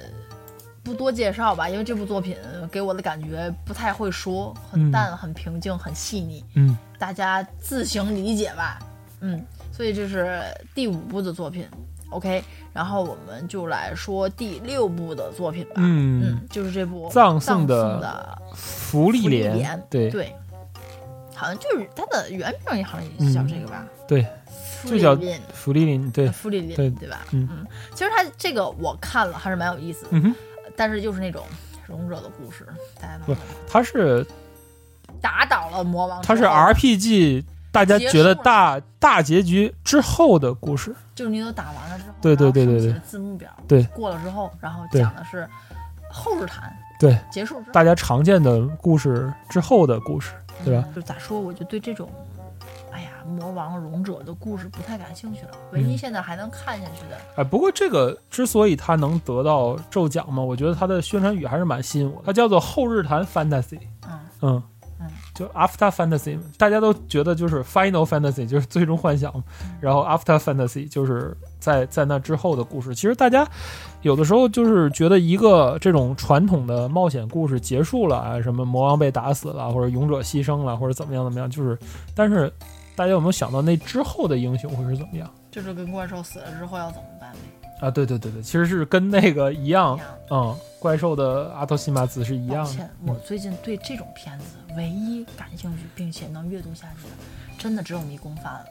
[SPEAKER 3] 不多介绍吧，因为这部作品给我的感觉不太会说，很
[SPEAKER 2] 嗯
[SPEAKER 3] 淡、很平静、很细腻，
[SPEAKER 2] 嗯，
[SPEAKER 3] 大家自行理解吧。嗯，所以这是第五部的作品，OK。然后我们就来说第六部的作品吧。
[SPEAKER 2] 嗯
[SPEAKER 3] 就是这部
[SPEAKER 2] 葬送的
[SPEAKER 3] 的
[SPEAKER 2] 福利
[SPEAKER 3] 福利
[SPEAKER 2] 莲
[SPEAKER 3] 莲，
[SPEAKER 2] 对
[SPEAKER 3] 对，好像就是它的原名好像也叫这个吧？
[SPEAKER 2] 对，嗯
[SPEAKER 3] 芙
[SPEAKER 2] 就
[SPEAKER 3] 莉
[SPEAKER 2] 叫
[SPEAKER 3] 莲，
[SPEAKER 2] 福利莲，对，
[SPEAKER 3] 芙莉莲，
[SPEAKER 2] 对
[SPEAKER 3] 对吧？
[SPEAKER 2] 嗯
[SPEAKER 3] 嗯，其实它这个我看了还是蛮有意思的，
[SPEAKER 2] 嗯哼，
[SPEAKER 3] 但是就是那种勇者的故事，大家能
[SPEAKER 2] 不它是
[SPEAKER 3] 打倒了魔王之
[SPEAKER 2] 它
[SPEAKER 3] 后，
[SPEAKER 2] 是 RPG，大家
[SPEAKER 3] 结
[SPEAKER 2] 觉得
[SPEAKER 3] 束了
[SPEAKER 2] 大大结局之后的故事，
[SPEAKER 3] 就是你都打完了之后，
[SPEAKER 2] 对对对
[SPEAKER 3] 然后
[SPEAKER 2] 对
[SPEAKER 3] 升起
[SPEAKER 2] 对
[SPEAKER 3] 了字幕表
[SPEAKER 2] 对
[SPEAKER 3] 过了之后，然后
[SPEAKER 2] 对
[SPEAKER 3] 讲的是后日谈，
[SPEAKER 2] 对，
[SPEAKER 3] 结束之后，
[SPEAKER 2] 大家常见的故事之后的故事，对吧？
[SPEAKER 3] 嗯就咋说，我就对这种。哎呀，魔王勇者的故事不太感兴趣了。唯一
[SPEAKER 2] 嗯
[SPEAKER 3] 现在还能看下去的，
[SPEAKER 2] 哎，不过这个之所以它能得到骤奖嘛，我觉得它的宣传语还是蛮吸引我的。它叫做《后日谈 Fantasy》，
[SPEAKER 3] 嗯，
[SPEAKER 2] 嗯，
[SPEAKER 3] 嗯
[SPEAKER 2] 就 After Fantasy，嘛大家都觉得就是 Final Fantasy 就是最终幻
[SPEAKER 3] 嗯
[SPEAKER 2] 想嘛，然后 After Fantasy 就是在在那之后的故事。其实大家有的时候就是觉得一个这种传统的冒险故事结束了啊，什么魔王被打死了，或者勇者牺牲了，或者怎么样怎么样，就是但是大家有没有想到那之后的英雄会是怎么样
[SPEAKER 3] 就是跟怪兽死了之后要怎么办呗？
[SPEAKER 2] 啊？对对对对，其实是跟那个一样
[SPEAKER 3] 一，样
[SPEAKER 2] 嗯，怪兽的阿托西马兹是一样
[SPEAKER 3] 抱
[SPEAKER 2] 的嗯
[SPEAKER 3] 歉，，我最近对这种片子唯一感兴趣并且能阅读下去的，真的只有《迷宫饭》了。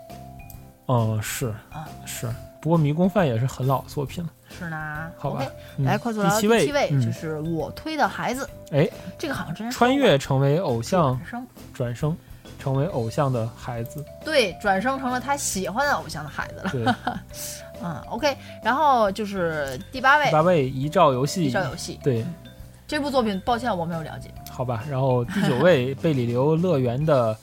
[SPEAKER 2] 嗯，是
[SPEAKER 3] 啊
[SPEAKER 2] 是。不过《迷宫饭》也是很老的作品了，
[SPEAKER 3] 是呢，
[SPEAKER 2] 好吧
[SPEAKER 3] OK，
[SPEAKER 2] 嗯
[SPEAKER 3] 来快速聊
[SPEAKER 2] 第
[SPEAKER 3] 聊
[SPEAKER 2] 七位
[SPEAKER 3] 第七位，
[SPEAKER 2] 嗯
[SPEAKER 3] 就是我推的孩子。
[SPEAKER 2] 哎，
[SPEAKER 3] 这个好像之前说过
[SPEAKER 2] 穿越成为偶像
[SPEAKER 3] 转，生，
[SPEAKER 2] 转生成为偶像的孩
[SPEAKER 3] [laughs]
[SPEAKER 2] 子，
[SPEAKER 3] 对，转生成了他喜欢的偶像的孩子了。
[SPEAKER 2] 对，
[SPEAKER 3] 嗯，OK，然后就是第八位
[SPEAKER 2] 八位遗照游
[SPEAKER 3] 《一
[SPEAKER 2] 戏，
[SPEAKER 3] 招游戏》
[SPEAKER 2] 对，
[SPEAKER 3] 这部作品，抱歉我没有了解。
[SPEAKER 2] 好吧。然后第九位贝里流乐园的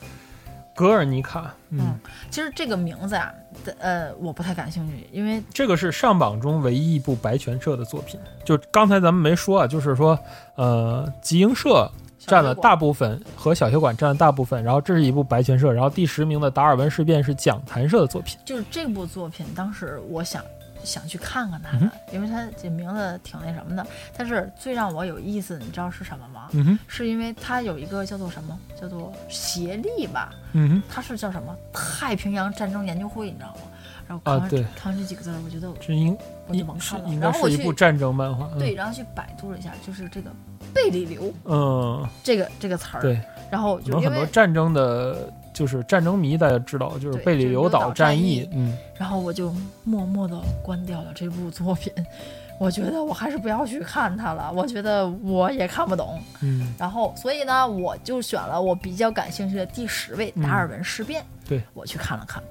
[SPEAKER 2] 格尔尼卡，嗯
[SPEAKER 3] 嗯，其实这个名字啊，呃，我不太感兴趣，因为
[SPEAKER 2] 这个是上榜中唯一一部白泉社的作品。就刚才咱们没说啊，就是说，呃，集英社
[SPEAKER 3] 小
[SPEAKER 2] 占
[SPEAKER 3] 水
[SPEAKER 2] 了
[SPEAKER 3] 果
[SPEAKER 2] 大部分和小学馆占了大部分，然后这是一部白泉社，然后第十名的达尔文事变是讲坛社的作品。
[SPEAKER 3] 就是这部作品，当时我想想去看看
[SPEAKER 2] 嗯
[SPEAKER 3] 它的，因为它这名字挺那什么的。但是最让我有意思，你知道是什么吗？
[SPEAKER 2] 嗯哼，
[SPEAKER 3] 是因为它有一个叫做什么，叫做协力吧，
[SPEAKER 2] 嗯哼，
[SPEAKER 3] 它是叫什么太平洋战争研究会，你知道吗？然后看
[SPEAKER 2] 啊
[SPEAKER 3] 完、
[SPEAKER 2] 对
[SPEAKER 3] 看完这几个字儿，我觉得我
[SPEAKER 2] 这应
[SPEAKER 3] 我就
[SPEAKER 2] 应
[SPEAKER 3] 甭
[SPEAKER 2] 是
[SPEAKER 3] 看了。
[SPEAKER 2] 应该
[SPEAKER 3] 然后我
[SPEAKER 2] 是一
[SPEAKER 3] 去
[SPEAKER 2] 部战争漫画。嗯
[SPEAKER 3] 对，，然后去百度了一下，就是这个贝里流
[SPEAKER 2] 嗯，
[SPEAKER 3] 这个这个词儿。
[SPEAKER 2] 对。
[SPEAKER 3] 然后
[SPEAKER 2] 可
[SPEAKER 3] 就
[SPEAKER 2] 能
[SPEAKER 3] 因
[SPEAKER 2] 很多
[SPEAKER 3] 为，
[SPEAKER 2] 战争的，就是战争迷大家知道，就是
[SPEAKER 3] 对
[SPEAKER 2] 贝里
[SPEAKER 3] 就是
[SPEAKER 2] 留
[SPEAKER 3] 留岛
[SPEAKER 2] 战
[SPEAKER 3] 战役
[SPEAKER 2] 嗯，
[SPEAKER 3] 然后我就默默的关掉了这部作品。 [laughs] 我觉得我还是不要去看它了，我觉得我也看不懂。
[SPEAKER 2] 嗯，
[SPEAKER 3] 然后，所以呢，我就选了我比较感兴趣的第十位
[SPEAKER 2] 嗯
[SPEAKER 3] 达尔文事变。
[SPEAKER 2] 对
[SPEAKER 3] 我去看了看，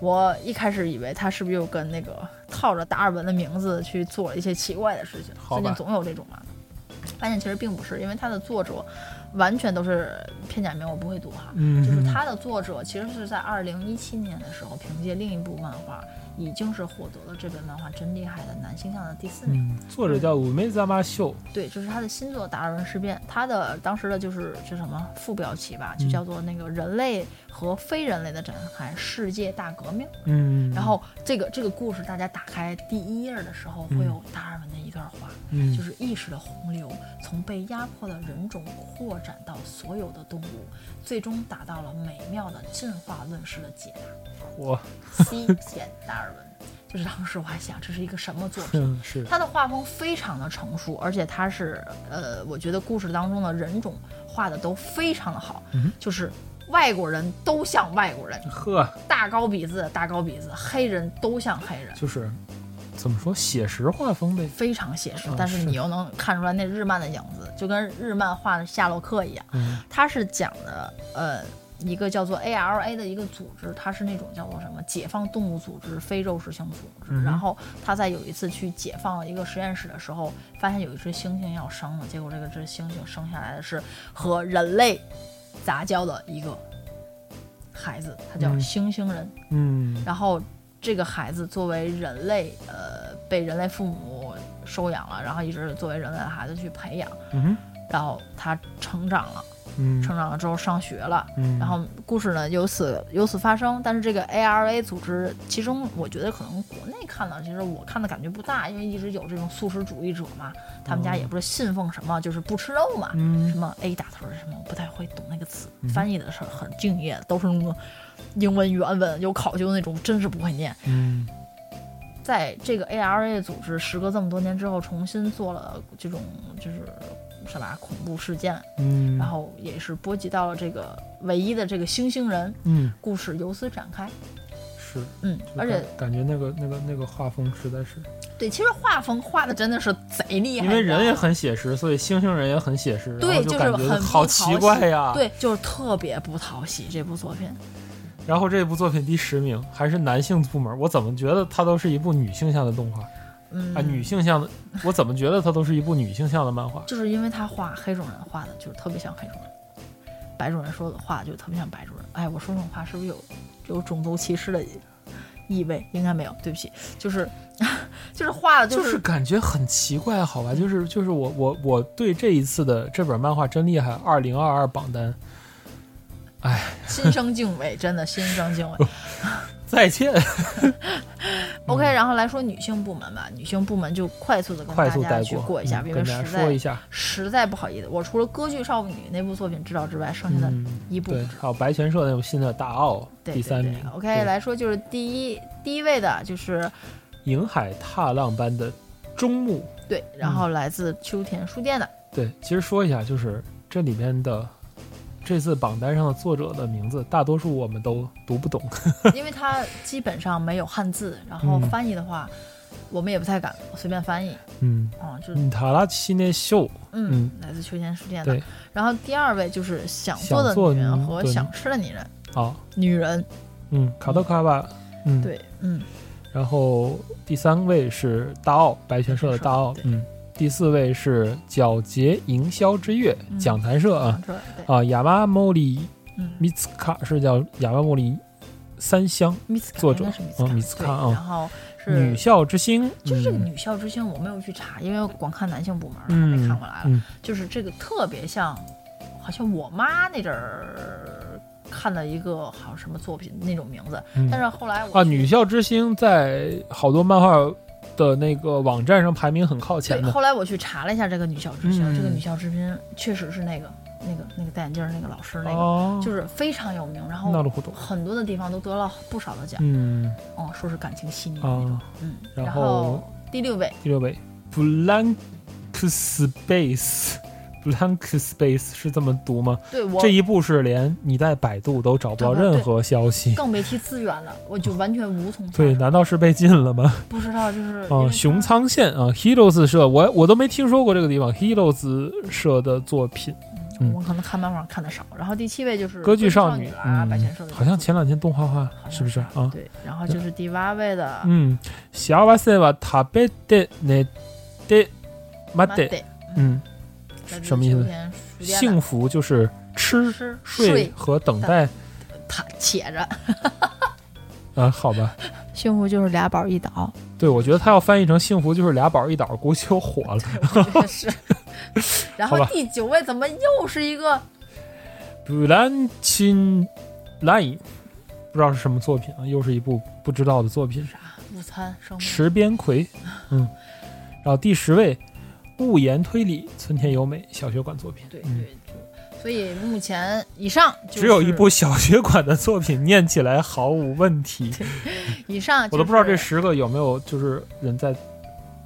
[SPEAKER 3] 我一开始以为他是不是又跟那个套着达尔文的名字去做了一些奇怪的事情，
[SPEAKER 2] 好吧
[SPEAKER 3] 最近总有这种嘛。发现其实并不是，因为他的作者完全都是片假名，我不会读哈。
[SPEAKER 2] 嗯
[SPEAKER 3] 就是他的作者其实是在二零一七年的时候，凭借另一部漫画，已经是获得了这本漫画真厉害的男性向的第四名。
[SPEAKER 2] 嗯，作者叫五梅扎马秀，
[SPEAKER 3] 对，就是他的新作《达尔文事变》，他的当时的就是是什么副标题吧，就
[SPEAKER 2] 嗯
[SPEAKER 3] 叫做那个人类和非人类的展开世界大革命。
[SPEAKER 2] 嗯，
[SPEAKER 3] 然后这个这个故事，大家打开第一页的时候，会有达尔文的一段话，
[SPEAKER 2] 嗯
[SPEAKER 3] 就是意识的洪流从被压迫的人种扩展到所有的动物，最终达到了美妙的进化论式的解答。
[SPEAKER 2] 我
[SPEAKER 3] C 显达尔文，就是当时我还想这是一个什么作
[SPEAKER 2] [laughs]
[SPEAKER 3] 品。
[SPEAKER 2] 嗯是
[SPEAKER 3] 他的画风非常的成熟，而且他是呃，我觉得故事当中的人种画的都非常的好，
[SPEAKER 2] 嗯哼
[SPEAKER 3] 就是外国人都像外国人，
[SPEAKER 2] 呵，
[SPEAKER 3] 大高鼻子大高鼻子，黑人都像黑人。
[SPEAKER 2] 就是怎么说写实画风呗，
[SPEAKER 3] 非常写实
[SPEAKER 2] 嗯，
[SPEAKER 3] 但是
[SPEAKER 2] 是
[SPEAKER 3] 你又能看出来那日漫的影子，就跟日漫画的夏洛克一样。 [laughs]
[SPEAKER 2] 嗯
[SPEAKER 3] 它是讲的呃一个叫做 ALA 的一个组织，它是那种叫做什么解放动物组织、非肉食性组织。
[SPEAKER 2] 嗯哼
[SPEAKER 3] 然后他在有一次去解放了一个实验室的时候，发现有一只猩猩要生了，结果这个只猩猩生下来的是和人类杂交的一个孩子，他叫
[SPEAKER 2] 嗯
[SPEAKER 3] 猩猩人。
[SPEAKER 2] 嗯
[SPEAKER 3] 然后这个孩子作为人类，呃，被人类父母收养了，然后一直作为人类的孩子去培养，
[SPEAKER 2] 嗯
[SPEAKER 3] 然后他成长了，
[SPEAKER 2] 嗯
[SPEAKER 3] 成长了之后上学了，
[SPEAKER 2] 嗯，
[SPEAKER 3] 然后故事呢由此由此发生。但是这个 ARA 组织，其中我觉得可能国内看了，其实我看的感觉不大，因为一直有这种素食主义者嘛，他们家也不是信奉什么，就是不吃肉嘛，
[SPEAKER 2] 嗯
[SPEAKER 3] 什么 A 打头儿什么，我不太会懂那个词，
[SPEAKER 2] 嗯
[SPEAKER 3] 翻译的是很敬业，都是那种英文原文有考究那种，真是不会念。
[SPEAKER 2] 嗯
[SPEAKER 3] 在这个 ARA 组织时隔这么多年之后，重新做了这种就是什么啊恐怖事件，
[SPEAKER 2] 嗯，
[SPEAKER 3] 然后也是波及到了这个唯一的这个猩猩人
[SPEAKER 2] 嗯
[SPEAKER 3] 故事，由此展开。
[SPEAKER 2] 是，
[SPEAKER 3] 嗯，
[SPEAKER 2] 就
[SPEAKER 3] 而且
[SPEAKER 2] 感感觉那个那个那个画风实在是，
[SPEAKER 3] 对，其实画风画的真的是贼厉害，
[SPEAKER 2] 因为
[SPEAKER 3] 你知道吗
[SPEAKER 2] 人也很写实，所以猩猩人也很写实，然
[SPEAKER 3] 对
[SPEAKER 2] 后
[SPEAKER 3] 就是
[SPEAKER 2] 感觉
[SPEAKER 3] 很不
[SPEAKER 2] 好
[SPEAKER 3] 讨
[SPEAKER 2] 奇
[SPEAKER 3] 喜
[SPEAKER 2] 怪呀，。
[SPEAKER 3] 对，就是特别不讨喜这部作品。
[SPEAKER 2] 然后这部作品第十名还是男性部门，我怎么觉得它都是一部女性向的动画
[SPEAKER 3] 嗯，
[SPEAKER 2] 啊？女性向的，我怎么觉得它都是一部女性向的漫画？
[SPEAKER 3] 就是因为他画黑种人画的就是特别像黑种人，白种人说的话就特别像白种人。哎，我说这种话是不是有有种族歧视的意味？应该没有，对不起，就是 [laughs] 就是画的
[SPEAKER 2] 就
[SPEAKER 3] 就是是
[SPEAKER 2] 感觉很奇怪，啊好吧？就是就是我我我对这一次的这本漫画真厉害二零二二榜单，哎，
[SPEAKER 3] 心生敬畏，真的心生敬畏。
[SPEAKER 2] 再见，
[SPEAKER 3] OK，然后来说女性部门吧，女性部门就快速的跟大
[SPEAKER 2] 嗯快速
[SPEAKER 3] 家
[SPEAKER 2] 带
[SPEAKER 3] 去过一下，
[SPEAKER 2] 嗯
[SPEAKER 3] 因为
[SPEAKER 2] 跟大家
[SPEAKER 3] 实
[SPEAKER 2] 说一
[SPEAKER 3] 在
[SPEAKER 2] 下。
[SPEAKER 3] 实在不好意思，我除了《歌剧少女》那部作品知道之外，剩下的
[SPEAKER 2] 嗯，
[SPEAKER 3] 一部
[SPEAKER 2] 对，还有白泉社那种新的大奥
[SPEAKER 3] 对
[SPEAKER 2] 第三
[SPEAKER 3] 对
[SPEAKER 2] 名
[SPEAKER 3] 对。
[SPEAKER 2] 对
[SPEAKER 3] OK，来说就是第一第一位的就是
[SPEAKER 2] 银海踏浪般的中目。
[SPEAKER 3] 对，然
[SPEAKER 2] 嗯
[SPEAKER 3] 后来自秋田书店的，
[SPEAKER 2] [laughs] 对，其实说一下，就是这里面的这次榜单上的作者的名字，大多数我们都读不懂。
[SPEAKER 3] 因为它基本上没有汉字，然后
[SPEAKER 2] 嗯
[SPEAKER 3] 翻译的话，我们也不太敢随便翻译
[SPEAKER 2] 嗯，
[SPEAKER 3] 啊，就
[SPEAKER 2] 塔拉奇内秀，
[SPEAKER 3] 嗯
[SPEAKER 2] 嗯，
[SPEAKER 3] 来自秋田书店的
[SPEAKER 2] 对。
[SPEAKER 3] 然后第二位就是想做的
[SPEAKER 2] 想做
[SPEAKER 3] 女人
[SPEAKER 2] 女
[SPEAKER 3] 和
[SPEAKER 2] 对
[SPEAKER 3] 想吃的女人，
[SPEAKER 2] 啊，
[SPEAKER 3] 女人
[SPEAKER 2] 嗯，卡多卡巴，嗯，。
[SPEAKER 3] 对，嗯，
[SPEAKER 2] 然后第三位是大奥白泉社的大奥
[SPEAKER 3] 白，泉
[SPEAKER 2] 嗯。第四位是皎洁营销之月
[SPEAKER 3] 嗯
[SPEAKER 2] 讲坛社啊
[SPEAKER 3] 想吃的对，
[SPEAKER 2] 啊，亚麻莫里
[SPEAKER 3] 嗯。
[SPEAKER 2] 米茨卡是叫亚麻莫里三香
[SPEAKER 3] 米斯卡
[SPEAKER 2] 作者
[SPEAKER 3] 应该是米斯
[SPEAKER 2] 哦
[SPEAKER 3] 卡
[SPEAKER 2] 米斯卡
[SPEAKER 3] 对
[SPEAKER 2] 哦
[SPEAKER 3] 然后是
[SPEAKER 2] 女校之星，
[SPEAKER 3] 就是这个
[SPEAKER 2] 嗯
[SPEAKER 3] 女校之星，我没有去查，因为我光看男性部门了，
[SPEAKER 2] 嗯
[SPEAKER 3] 没看过来了。
[SPEAKER 2] 嗯
[SPEAKER 3] 就是这个特别像，好像我妈那阵儿看的一个好像什么作品那种名字，
[SPEAKER 2] 嗯
[SPEAKER 3] 但是后来我
[SPEAKER 2] 啊，
[SPEAKER 3] 去
[SPEAKER 2] 女校之星在好多漫画的那个网站上排名很靠前
[SPEAKER 3] 对，
[SPEAKER 2] 的。
[SPEAKER 3] 后来我去查了一下这个女校之星，
[SPEAKER 2] 嗯
[SPEAKER 3] 这个女校之星确实是那个那个那个戴眼镜儿那个老师那个，
[SPEAKER 2] 哦，
[SPEAKER 3] 就是非常有名，然
[SPEAKER 2] 那
[SPEAKER 3] 后
[SPEAKER 2] 路糊涂。
[SPEAKER 3] 很多的地方都得了不少的奖，
[SPEAKER 2] 嗯
[SPEAKER 3] 嗯，说是感情细腻的那种，
[SPEAKER 2] 啊，
[SPEAKER 3] 嗯，
[SPEAKER 2] 然
[SPEAKER 3] 然
[SPEAKER 2] 后
[SPEAKER 3] 第六位
[SPEAKER 2] 第六位，Blank [laughs] Space，Blank Space 是这么读吗？
[SPEAKER 3] 对我
[SPEAKER 2] 这一步是连你在百度都找不到
[SPEAKER 3] 找不到
[SPEAKER 2] 任何消息。
[SPEAKER 3] 更别提资源了，我就完全无从
[SPEAKER 2] 对，
[SPEAKER 3] 查
[SPEAKER 2] 难道是被禁了吗？
[SPEAKER 3] 找，不知道就是因为
[SPEAKER 2] 啊，
[SPEAKER 3] 它
[SPEAKER 2] 熊仓县啊，Heroes 社，我我都没听说过这个地方，Heroes 社的作品，嗯
[SPEAKER 3] 我们可能看漫画看的少。然后第七位就是
[SPEAKER 2] 歌剧
[SPEAKER 3] 少
[SPEAKER 2] 少
[SPEAKER 3] 女
[SPEAKER 2] 女
[SPEAKER 3] 啦，
[SPEAKER 2] 嗯
[SPEAKER 3] 白泉社的
[SPEAKER 2] 好像前两天动画化
[SPEAKER 3] 好，像
[SPEAKER 2] 是不是啊？
[SPEAKER 3] 对，然后就是第八位的
[SPEAKER 2] うん、幸せは食べて寝て待って。
[SPEAKER 3] Mate，
[SPEAKER 2] 嗯，
[SPEAKER 3] 来自
[SPEAKER 2] 什么意思
[SPEAKER 3] 秋田书店的
[SPEAKER 2] 幸福就是吃、
[SPEAKER 3] 吃
[SPEAKER 2] 睡和等待
[SPEAKER 3] 他且着， [laughs]
[SPEAKER 2] 啊，好吧？
[SPEAKER 3] 幸福就是俩宝一倒，
[SPEAKER 2] 对，我觉得他要翻译成幸福就是俩宝一倒，估计就火 [laughs] 了。
[SPEAKER 3] 我觉得 [laughs] 是。
[SPEAKER 2] [laughs]
[SPEAKER 3] 然后
[SPEAKER 2] 好吧
[SPEAKER 3] 第九位怎么又是一个？
[SPEAKER 2] 布兰钦莱，不知道是什么作品啊，又是一部不知道的作品。
[SPEAKER 3] 午餐生活
[SPEAKER 2] 池边 [laughs] 葵，嗯，然后第十位，物言推理，村田由美小学馆作品。
[SPEAKER 3] 对
[SPEAKER 2] 嗯，
[SPEAKER 3] 对。所以目前以上就是
[SPEAKER 2] 只有一部，小学馆的作品念起来毫无问题。
[SPEAKER 3] 以上
[SPEAKER 2] 我
[SPEAKER 3] 就
[SPEAKER 2] 都不知道这
[SPEAKER 3] 是
[SPEAKER 2] 十个有没有就是人在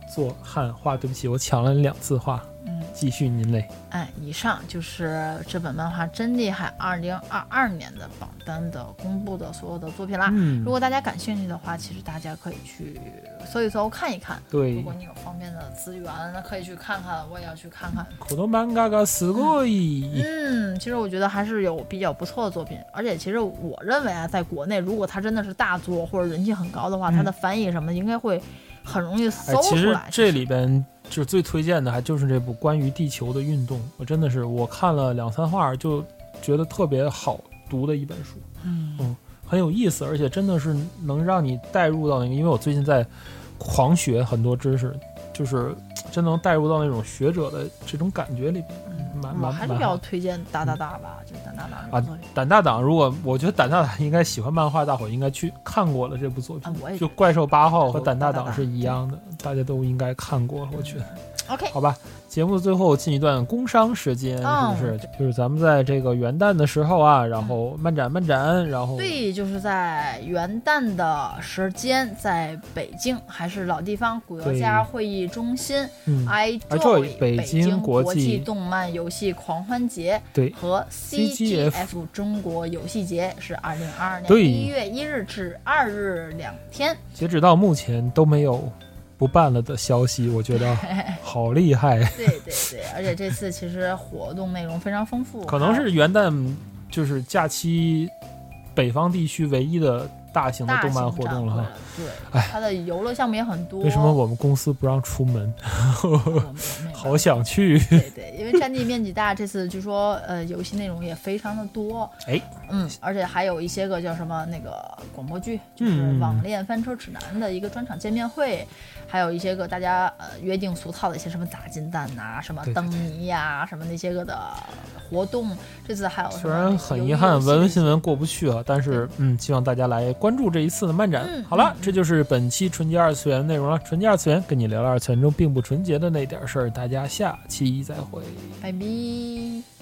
[SPEAKER 2] 做汉化。对不起，我抢了你两次话，
[SPEAKER 3] 嗯，
[SPEAKER 2] 继续您嘞。
[SPEAKER 3] 哎，以上就是这本漫画真厉害二零二二年的榜单的公布的所有的作品啦。
[SPEAKER 2] 嗯
[SPEAKER 3] 啊如果大家感兴趣的话，其实大家可以去搜一搜看一看。如
[SPEAKER 2] 对
[SPEAKER 3] 果，你有方便的资源，那可以去看看，我也要去看看。
[SPEAKER 2] 口头漫画がすごい。
[SPEAKER 3] 嗯，其实我觉得还是有比较不错的作品，而且其实我认为啊，在国内如果它真的是大作或者人气很高的话，它
[SPEAKER 2] 嗯
[SPEAKER 3] 的翻译什么的应该会很容易
[SPEAKER 2] 哎
[SPEAKER 3] 搜，
[SPEAKER 2] 其
[SPEAKER 3] 出
[SPEAKER 2] 实
[SPEAKER 3] 来。
[SPEAKER 2] 这里边就最推荐的还就是这部关于地球的运动，我真的是我看了两三话就觉得特别好读的一本书。
[SPEAKER 3] 嗯
[SPEAKER 2] 很有意思，而且真的是能让你带入到那个，因为我最近在狂学很多知识，就是真能带入到那种学者的这种感觉里边。蛮
[SPEAKER 3] 嗯，我
[SPEAKER 2] 蛮
[SPEAKER 3] 还是比
[SPEAKER 2] 蛮
[SPEAKER 3] 较
[SPEAKER 2] 好
[SPEAKER 3] 推荐大大大吧，就是大大大这个
[SPEAKER 2] 啊
[SPEAKER 3] 作品。
[SPEAKER 2] 胆大党，如果我觉得胆大党应该喜欢漫画，大伙儿应该去看过了这部作
[SPEAKER 3] 啊
[SPEAKER 2] 品，
[SPEAKER 3] 我也觉
[SPEAKER 2] 就
[SPEAKER 3] 得
[SPEAKER 2] 《怪兽八号》和
[SPEAKER 3] 哦
[SPEAKER 2] 《胆大
[SPEAKER 3] 胆
[SPEAKER 2] 党》
[SPEAKER 3] 大党
[SPEAKER 2] 是一样的，大家都应该看过，我觉得。
[SPEAKER 3] OK，
[SPEAKER 2] 好吧，节目最后进一段工商时间，
[SPEAKER 3] 嗯
[SPEAKER 2] 是不是？就是咱们在这个元旦的时候啊，然后漫展漫展，然后
[SPEAKER 3] 对，就是在元旦的时间，在北京还是老地方古游家会议中心
[SPEAKER 2] 嗯，
[SPEAKER 3] ，I
[SPEAKER 2] iJoy
[SPEAKER 3] 北
[SPEAKER 2] 北
[SPEAKER 3] 京
[SPEAKER 2] 京
[SPEAKER 3] 国
[SPEAKER 2] 国
[SPEAKER 3] 际
[SPEAKER 2] 际
[SPEAKER 3] 动漫游戏狂欢节
[SPEAKER 2] 对，
[SPEAKER 3] 和
[SPEAKER 2] CGF
[SPEAKER 3] CGF 中国游戏节是二零二二年
[SPEAKER 2] 对
[SPEAKER 3] 一月一日至二日两天。
[SPEAKER 2] 截止到目前都没有不办了的消息，我觉
[SPEAKER 3] [laughs]
[SPEAKER 2] 得好厉害。
[SPEAKER 3] 对对对，而且这次其实活动内容非常丰富，
[SPEAKER 2] 可能是元旦就是假期北方地区唯一的大型的
[SPEAKER 3] 大
[SPEAKER 2] 动
[SPEAKER 3] 型
[SPEAKER 2] 漫活
[SPEAKER 3] 展
[SPEAKER 2] 动了
[SPEAKER 3] 会
[SPEAKER 2] 哈。。哎
[SPEAKER 3] 对，它的游乐项目也很多。
[SPEAKER 2] 为什么我们公司不让出门？
[SPEAKER 3] 我们我们也
[SPEAKER 2] [laughs]
[SPEAKER 3] 没有
[SPEAKER 2] 好想去。
[SPEAKER 3] [laughs] 对对，因为占地面积大，这次据说呃游戏内容也非常的多。
[SPEAKER 2] 哎，
[SPEAKER 3] 嗯，而且还有一些个叫什么那个广播剧，就是
[SPEAKER 2] 嗯
[SPEAKER 3] 《网恋翻车指南》的一个专场见面会，还有一些个大家呃约定俗套的一些什么砸金蛋呐、什么
[SPEAKER 2] 对对
[SPEAKER 3] 灯谜呀、什么那些个的活动。这次还有什
[SPEAKER 2] 虽
[SPEAKER 3] 么
[SPEAKER 2] 然
[SPEAKER 3] 那个
[SPEAKER 2] 很
[SPEAKER 3] 游
[SPEAKER 2] 遗
[SPEAKER 3] 戏
[SPEAKER 2] 憾，
[SPEAKER 3] 的
[SPEAKER 2] 文文新闻过不去啊，但是嗯，希望大家来关注这一次的漫展。
[SPEAKER 3] 嗯
[SPEAKER 2] 好了，这就是本期纯洁二次元的内容了。纯洁二次元跟你聊聊二次元中并不纯洁的那点事儿，大家下期再会。
[SPEAKER 3] 拜拜。